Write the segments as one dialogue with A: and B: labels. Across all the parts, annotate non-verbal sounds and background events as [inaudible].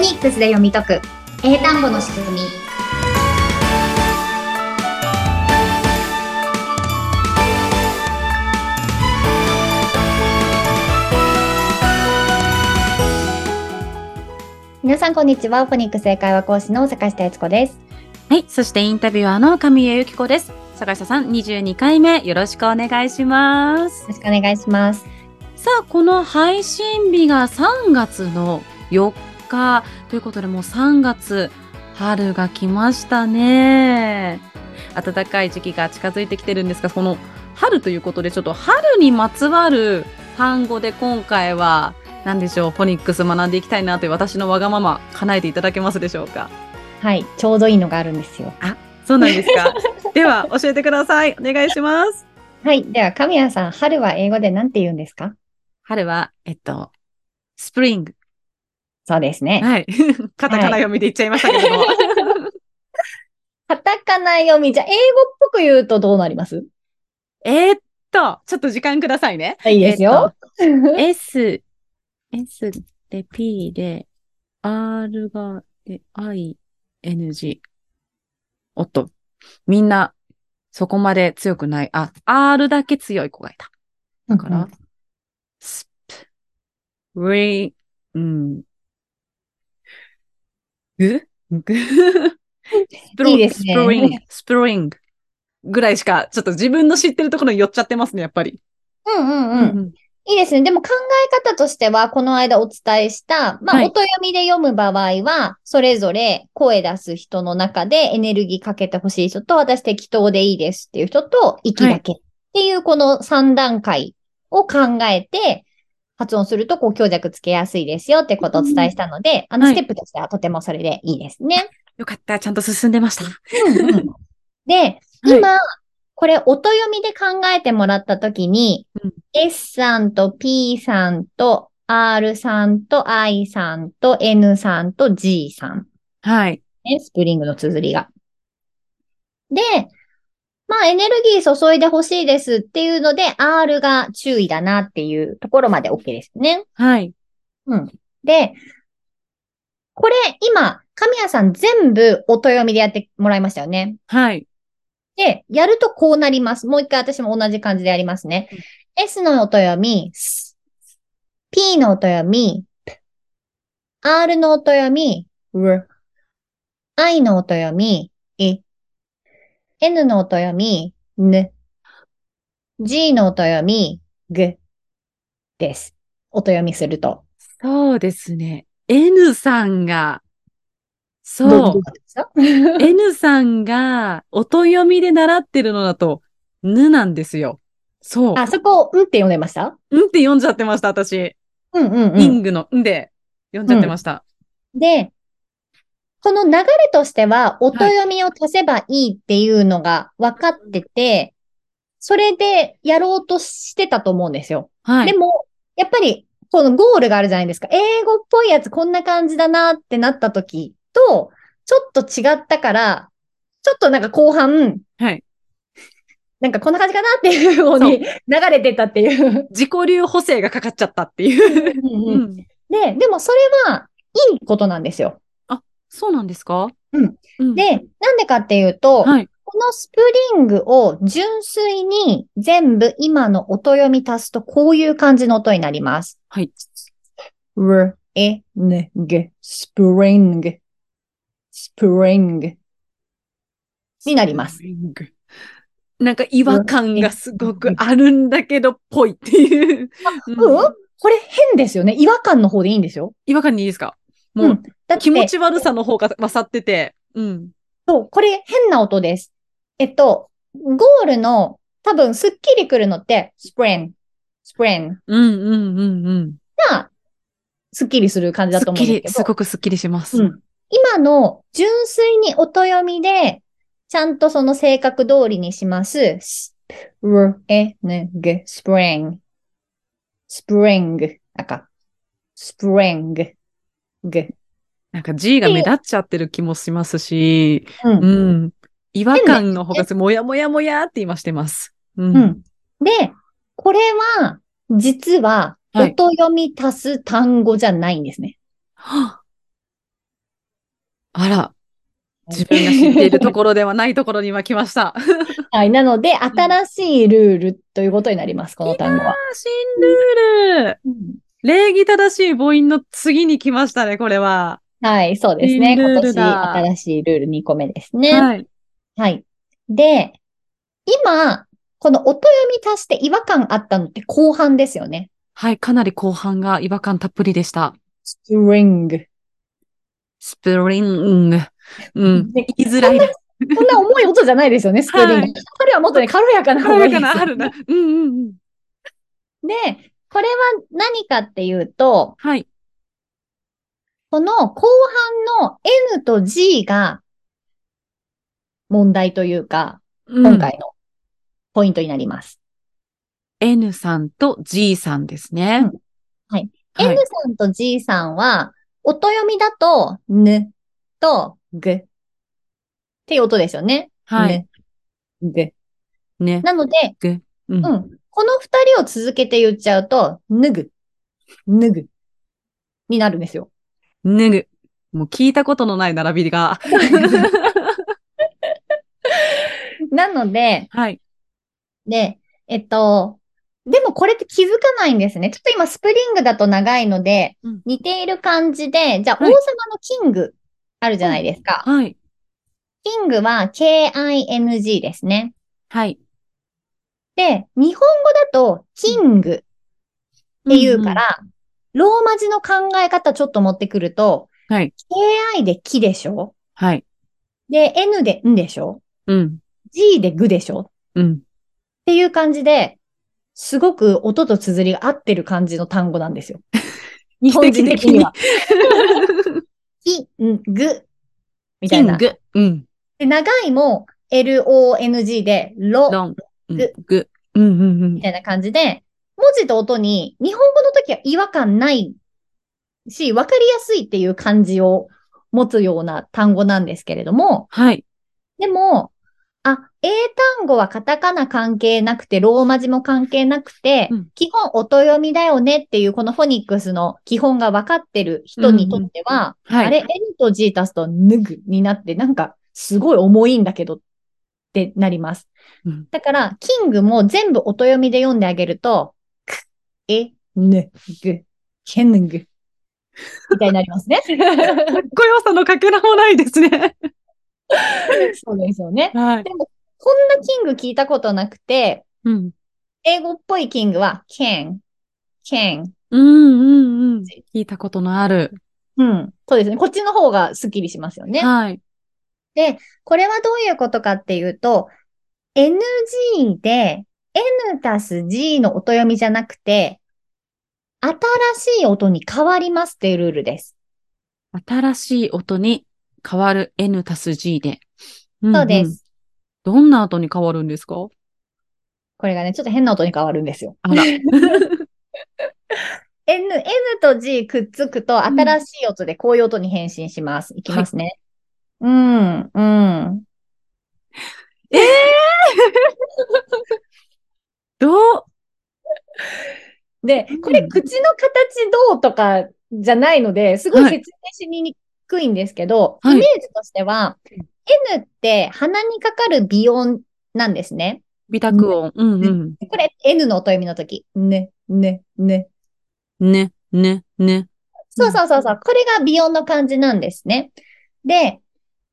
A: ニックスで読み解く英単語の仕組み皆さんこんにちはオポニックス英会話講師の坂下悦子です
B: はい、そしてインタビュアーの神谷由紀子です。坂下さん、22回目よろしくお願いします
A: よ。ろしくお願いします
B: さあ、この配信日が3月の4日ということで、もう3月、春が来ましたね。暖かい時期が近づいてきてるんですが、この春ということで、ちょっと春にまつわる単語で今回は、何でしょう、ポニックス学んでいきたいなという私のわがまま、叶えていただけますでしょうか。
A: はいちょうどいいのがあるんですよ
B: そうなんですか。では、教えてください。お願いします。
A: はいでは神谷さん春は英語で何て言うんですか
B: 春は、えっと、スプリング。
A: そうですね、
B: [laughs] はい。カタカナ読みで言っちゃいましたけども。
A: カタカナ読みじゃあ英語っぽく言うとどうなります
B: [laughs] えーっと、ちょっと時間くださいね。
A: いいですよ、
B: [laughs] S、S で P で、R がで I、N、G。おっと、みんな、そこまで強くない。あ、R だけ強い子がいた。
A: だ
B: から、スプリングぐスプロ
A: いいですね
B: スプリング、スプリングぐらいしか、ちょっと自分の知ってるところに寄っちゃってますね、やっぱり。
A: うんうん
B: う
A: うん。いいですね。でも考え方としては、この間お伝えした、まあ、
B: はい
A: 音読みで読む場合は、それぞれ声出す人の中でエネルギーかけてほしい人と、私適当でいいですっていう人と、息だけっていうこの3段階を考えて、発音すると、こう、強弱つけやすいですよってことをお伝えしたので、あの、
B: はい
A: ステップとしてはとてもそれでいいです [laughs] ね。
B: よかった、ちゃんと進んでました。
A: で、今、これ音読みで考えてもらったときに、
B: うん
A: S さんと P さんと R さんと I さんと N さんと G さん。
B: はい。
A: ね、スプリングの綴りが。で、まあエネルギー注いでほしいですっていうので、R が注意だなっていうところまで OK ですね。
B: はい。
A: で、これ今、神谷さん全部音読みでやってもらいましたよね。
B: はい。
A: で、やるとこうなります。もう一回私も同じ感じでやりますね。S の音読み、S P の音読み、P R の音読み、R I の音読み、I N の音読み、N G の音読み、G です。音読みすると。
B: そうですね。N さんが、
A: どど
B: そう
A: う。ですか
B: N さんが、音読みで習ってるのだと、ぬなんですよ。そう。
A: あそこ、うんって読んでました
B: うんって読んじゃってました、私。
A: うんうんうん。
B: リングの、んで、読んじゃってました。
A: で、この流れとしては、音読みを足せばいいっていうのが分かってて、それでやろうとしてたと思うんですよ。
B: は
A: でも、やっぱり、このゴールがあるじゃないですか。英語っぽいやつこんな感じだなってなった時と、ちょっと違ったから、ちょっとなんか後半、
B: はい
A: なんかこんな感じかなっていうように流れてたっていう。
B: 自己流補正がかかっちゃったっていう。うん
A: で、でもそれはいいことなんですよ。
B: そうなんですか
A: うん。
B: うん、
A: で、なんでかっていうと、
B: はい。
A: このスプリングを純粋に全部今の音読み足すとこういう感じの音になります。
B: はい。
A: r, e, n, g, spring, spring になります。。
B: なんか違和感がすごくあるんだけど、ぽいっていう。
A: うん、
B: うん
A: これ変ですよね。違和感の方でいいんですよ。
B: 違和感にいいですかも
A: ん
B: う、
A: だって
B: 気持ち悪さの方が勝ってて。うん。
A: そう、これ変な音です。えっと、ゴールの多分すっきりくるのって、スプリン、スプリン
B: うんうんうんうん。
A: がすっきりする感じだ
B: す
A: と
B: っ
A: 思うん
B: き
A: ですけど。
B: り、すごくすっきりします。
A: うん今の純粋に音読みで、ちゃんとその性格通りにします。スプレング、スプリング。スプリング、あか。スプリング、グ。
B: なんか G が目立っちゃってる気もしますし、
A: う。
B: うんん。違和感の方がすもやもやもやって今してます。う
A: う。ん。で、これは、実は、
B: はい
A: 音読み足す単語じゃないんですね。
B: はああら、自分が知っているところではないところに今来ました。
A: [laughs] はい。なので、新しいルールということになります、この単語は。
B: 新ルール礼儀正しい母音の次に来ましたね、これは。
A: はい、そうですね。
B: 新ル
A: 今
B: ール
A: 年
B: だ
A: 新しいルール2個目ですね。はい。
B: はい。
A: で、今、この音読み足して違和感あったのって後半ですよね。
B: はい、かなり後半が違和感たっぷりでした。
A: spring。
B: スプリング。うん。
A: で
B: 言いづらいです。
A: こんな重い音じゃないですよね、スプリング。
B: [laughs] はい
A: 春はもっとね、軽やかな方がい
B: 軽
A: いで
B: や
A: すよ
B: かな、あるな。うんうんうん。
A: で、これは何かっていうと、
B: はい。
A: この後半の N と G が問題というか、
B: うん
A: 今。回のポイントになります。
B: N さんと G さんですね。
A: うんはい。
B: は
A: N
B: い。
A: さんと G さんは、音読みだと、ぬとぐっていう音ですよね。
B: はい。
A: ぬ。ぐ。
B: ね。
A: なので、
B: うん
A: う。ん。この二人を続けて言っちゃうと、ぬぐ、ぬぐになるんです
B: [laughs]
A: よ。
B: 脱ぐ。もう聞いたことのない並びが。
A: なので、
B: はい。
A: で、えっと、でもこれって気づかないんですね。ちょっと今スプリングだと長いので、
B: うん
A: 似ている感じで、じゃあ王
B: は
A: 様
B: い
A: のキングあるじゃないですか。
B: はい。
A: キングは K-I-N-G ですね。
B: はい。
A: で、日本語だとキングっていうか。ら、ローマ字の考え方ちょっと持ってくると、
B: はい。
A: K-I でキでしょ
B: はい。
A: で、N でんでしょ
B: うん。
A: ?G でグでしょっ
B: うん。
A: ていう感じで、すごく音と綴りが合ってる感じの単語なんですよ。
B: 日
A: 本人的には。キングみた
B: キ
A: い
B: ン
A: な。
B: グ。うん。
A: で長いも L-O-N-G でロ
B: ロン。うんグ。うんうんうん
A: み。たいな感じで、文字と音に日本語の時は違和感ないし、わかりやすいっていう感じを持つような単語なんですけれども、
B: はい。
A: でも、あ、英単語はカタカナ関係なくて、ローマ字も関係なくて、
B: うん
A: 基本音読みだよねっていう、このフォニックスの基本が分かってる人にとっては、
B: はい。
A: あれ、N と G 足すとぬぐになって、なんかすごい重いんだけどってなります。
B: うん
A: だから、キングも全部音読みで読んであげると、く、え、ぬ、ぐ、けぬぐ。みたいになり
B: [laughs]
A: ますね。
B: かっこよさのかけらもないですね。
A: そうですよね。
B: はい。
A: こんなキング聞いたことなくて、
B: うん。
A: 英語っぽいキングは、ケン、ケン。
B: うんうんうん。聞いたことのある。
A: うん。そうですね。こっちの方がスッキリしますよね。
B: はい。
A: これはどういうことかっていうと、NG で N たす G の音読みじゃなくて、新しい音に変わりますっていうルールです。
B: 新しい音に変わる N たす G で。ん
A: そうです。。
B: どんな音に変わるんですか
A: これがね、ちょっと変な音に変わるんですよ。 [laughs]
B: あら。
A: N、N と G くっつくと、
B: ん
A: 新しい音でこういう音に変身します。いきますね。うん、うん。
B: ええ [laughs] どう
A: で、これ
B: うん
A: 口の形どうとかじゃないので、すごい
B: はい
A: 説明しにくいんですけど、
B: はい
A: イメージとしては、N って鼻にかかる鼻音なんですね。
B: 美濁音。うんうん。
A: これ N の音読みの時。ね、ね、ね。
B: ね、ね、ね。
A: そうそうそうそう。これが鼻音の感じなんですね。で、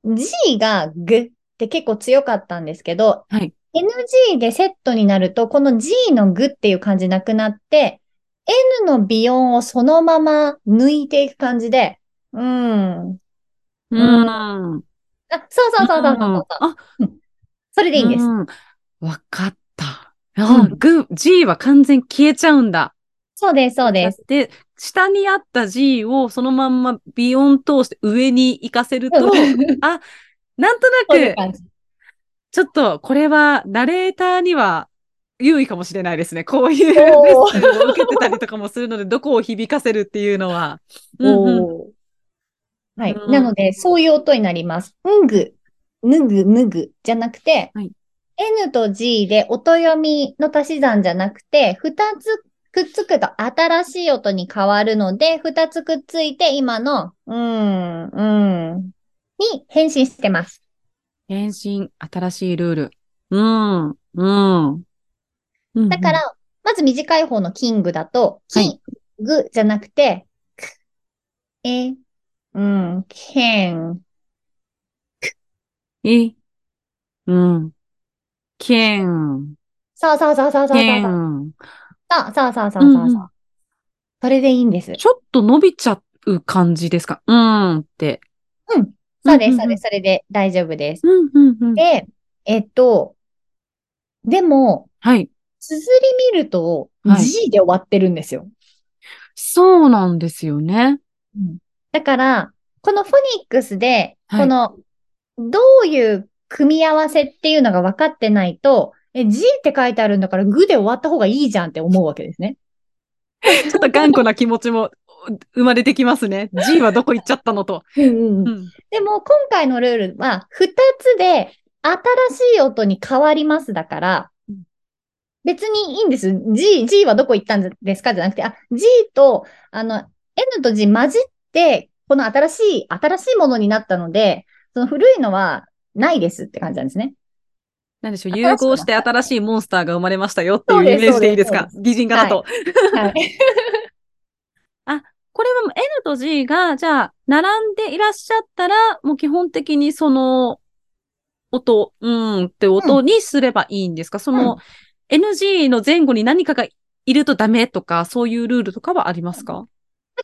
A: G がグって結構強かったんですけど、
B: はい
A: NG でセットになると、この G のグっていう感じなくなって、N の鼻音をそのまま抜いていく感じで、うん。
B: うん。うん。
A: あ、そうそうそうそうそうそう。
B: あ、
A: それでいいんです。
B: うんわかった。あ
A: う、
B: グ、G は完全に消えちゃうんだ。
A: そうです、そうです。
B: で、下にあった G をそのまんまビヨン通して上に行かせると、
A: [laughs]
B: あ、なんと
A: そういう
B: なく、
A: 感
B: [laughs]
A: じ。
B: ちょっとこれはナレーターには優位かもしれないですね。こういう
A: おー
B: メッセージを [laughs] 受けてたりとかもするので、どこを響かせるっていうのは。うんうん
A: おーはい。
B: うん
A: なので、そういう音になります。んぐ、ぬぐ、ぬぐじゃなくて、
B: はい
A: N と G で音読みの足し算じゃなくて、二つくっつくと新しい音に変わるので、二つくっついて今の、うーん、うーん、に変身してます。
B: 変身、新しいルール。うん、うん。うん
A: だか、ら、まず短い方のキングだと、
B: は
A: キン
B: い
A: グじゃなくて、くえ、うん、けん、
B: い、うん。けん、
A: さあさあさあさあさあさ
B: け
A: あさ
B: ん。
A: あ、さあさあさあさあ
B: うんう
A: さ
B: ん
A: あ。それでいいんです。
B: ちょっと伸びちゃう感じですかうんって。
A: そうです、
B: うんうん
A: そう
B: うん
A: です。それで大丈夫です。
B: うん、うん、うん。
A: で、えっと、でも、
B: はい。
A: 綴り見ると
B: はい
A: G で終わってるんですよ。
B: そうなんですよね。
A: だから、このフォニックスで、
B: はい
A: この、どういう組み合わせっていうのが分かってないと、え、G って書いてあるんだから、グで終わった方がいいじゃんって思うわけですね。
B: ちょっと頑固な気持ちもう生まれてきますね。G はどこ行っちゃったのと。うん
A: でも、今回のルールは、2つで、新しい音に変わりますだから
B: うん、
A: 別にいいんです。G、G はどこ行ったんですかじゃなくて、あ、G と、あの、N と G 混じって、この新しい、新しいものになったので、その古いのはないですって感じなんですね。
B: なんでしょう、
A: 新しい
B: 融合して新しいモンスターが生まれましたよっていうイメージでいいですか擬人化だと。
A: はい。
B: これはもう N と G が、じゃあ、並んでいらっしゃったら、もう基本的にその、音、うんって音にすればいいんですか、その、NG の前後に何かがいるとダメとか、そういうルールとかはありますか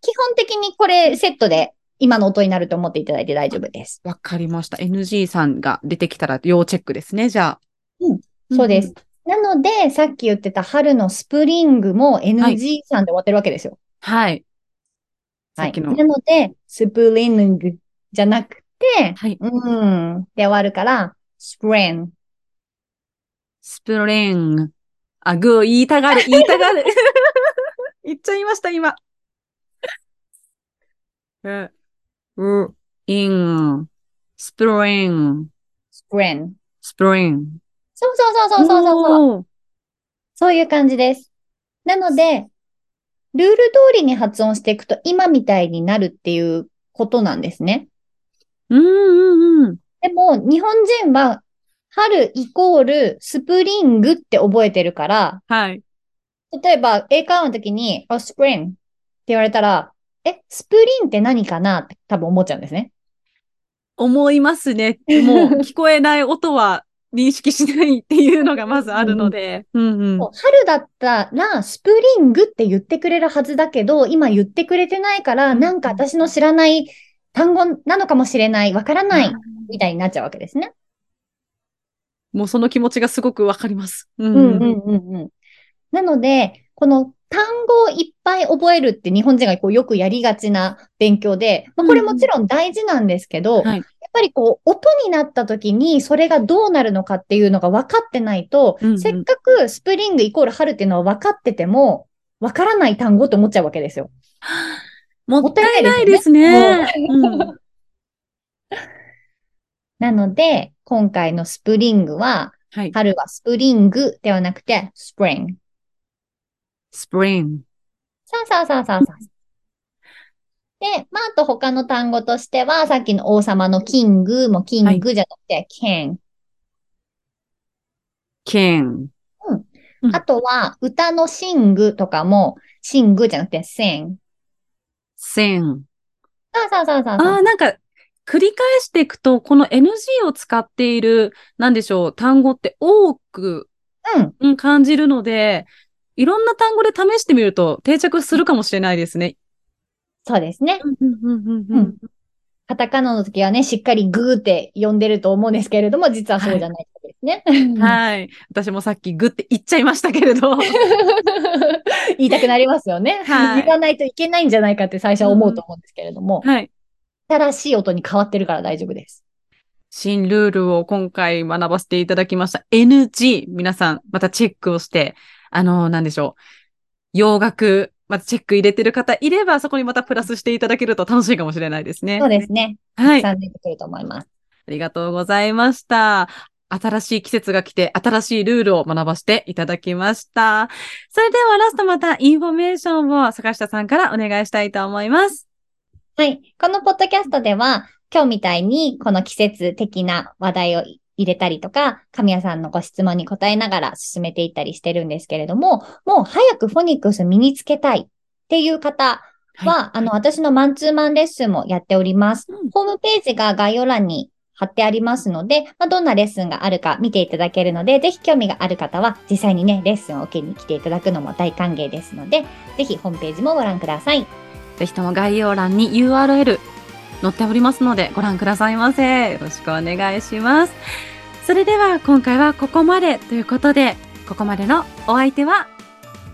A: 基本的にこれセットで今の音になると思っていただいて大丈夫です。
B: わかりました。NG さんが出てきたら要チェックですね、じゃあ。
A: うんそうです。なので、さっき言ってた春のスプリングも NG さんで終わってるわけですよ。
B: はい。さ
A: は
B: っ
A: い。
B: き
A: な
B: の。
A: ので、スプリングじゃなくて、
B: はい。
A: うん、で終わるから、スプリング。
B: スプリング。あ、グー、言いた [laughs] がる、言いたがる。言っちゃいました、今。え、う、イン、スプリング、
A: スプリング。
B: スプリング。
A: そうそうそうそうそうそうそう。
B: う。
A: そういう感じです。なので、ルール通りに発音していくと今みたいになるっていうことなんですね。
B: うんうんうん。
A: でも、日本人は、春イコールスプリングって覚えてるから、
B: はい。
A: 例えば、英会話の時に、あ、スプリングって言われたら、え、スプリンって何かなって多分思っちゃうんですね。
B: 思います [laughs] ね。もう、聞こえない音は認識しないっていうのがまずあるので。うんうん。
A: もう春だったら、スプリングって言ってくれるはずだけど、今言ってくれてないから、なんか私の知らない単語なのかもしれない、わからない、みたいになっちゃうわけですね。
B: もうその気持ちがすごくわかります。うん
A: うんうんうんうん。なので、この単語をいっぱい覚えるって日本人がこうよくやりがちな勉強で、まあ、これもちろん大事なんですけど、
B: はい
A: やっぱりこう音になった時にそれがどうなるのかっていうのが分かってないと、
B: うんうん
A: せっかくスプリングイコール春っていうのは分かってても、分からない単語って思っちゃうわけですよ。
B: も
A: も
B: っ
A: った
B: た
A: い
B: い
A: な
B: ないい
A: で
B: ですす
A: ね
B: ね。うん
A: なので、今回のスプリングは、
B: はい。
A: 春はスプリングではなくて、スプリング。
B: スプリング。
A: さあさあさあさあさあ。で、まあ、あと他の単語としては、さっきの王様のキングもキングじゃなくて、ケン。
B: ケン。うん
A: あとは、歌のシングとかも、シングじゃなくて、セン。
B: セン。
A: さあさあさあさあ
B: あ
A: さ
B: あ、なんか、繰り返していくと、この NG を使っている、なんでしょう、単語って多く、
A: あ。うん。
B: うん、感じるので、いろんな単語で試してみると定着するかもしれないですね。
A: そうですね。
B: うん、うん、うん、
A: うんカタカナの時はね、しっかりグーって呼んでると思うんですけれども、実はそうじゃないですね。
B: はい。私もさっきグって言っちゃいましたけれど。 [laughs]
A: [laughs] 言いたくなりますよね。
B: はい
A: 言わないといけないんじゃないかって最初は思うと思うんですけれども、
B: はい。
A: 新しい音に変わってるから大丈夫です。
B: 新ルールを今回学ばせていただきました。NG。皆さん、またチェックをして、あの、なんでしょう。洋楽、またチェック入れてる方いれば、そこにまたプラスしていただけると楽しいかもしれないですね。
A: そうですね。
B: はい。あ
A: たくさん出てくると思います。
B: りがとうございました。新しい季節が来て、新しいルールを学ばせていただきました。それではラストまたインフォメーションを坂下さんからお願いしたいと思います。
A: はい。このポッドキャストでは、今日みたいにこの季節的な話題を入れたりとか、神谷さんのご質問に答えながら進めていったりしてるんですけれども、もう早くフォニックス身につけたいっていう方は、
B: は
A: あの、私のマンツーマンレッスンもやっております。
B: うん
A: ホームページが概要欄に貼ってありますので、まあ、どんなレッスンがあるか見ていただけるので、ぜひ興味がある方は実際にね、レッスンを受けに来ていただくのも大歓迎ですので、ぜひホームページもご覧ください。
B: ぜひとも概要欄に URL 載っておりますのでご覧くださいませ。よろしくお願いします。それでは今回はここまでということで、ここまでのお相手は、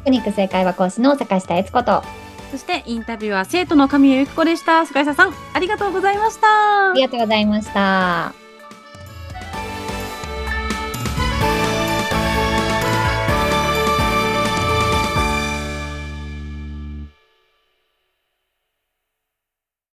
A: フォニックス英会話講師の坂下悦子と、
B: そしてインタビュアーは生徒の神谷由紀子でした。菅井さんありがとうございました。
A: ありがとうございました。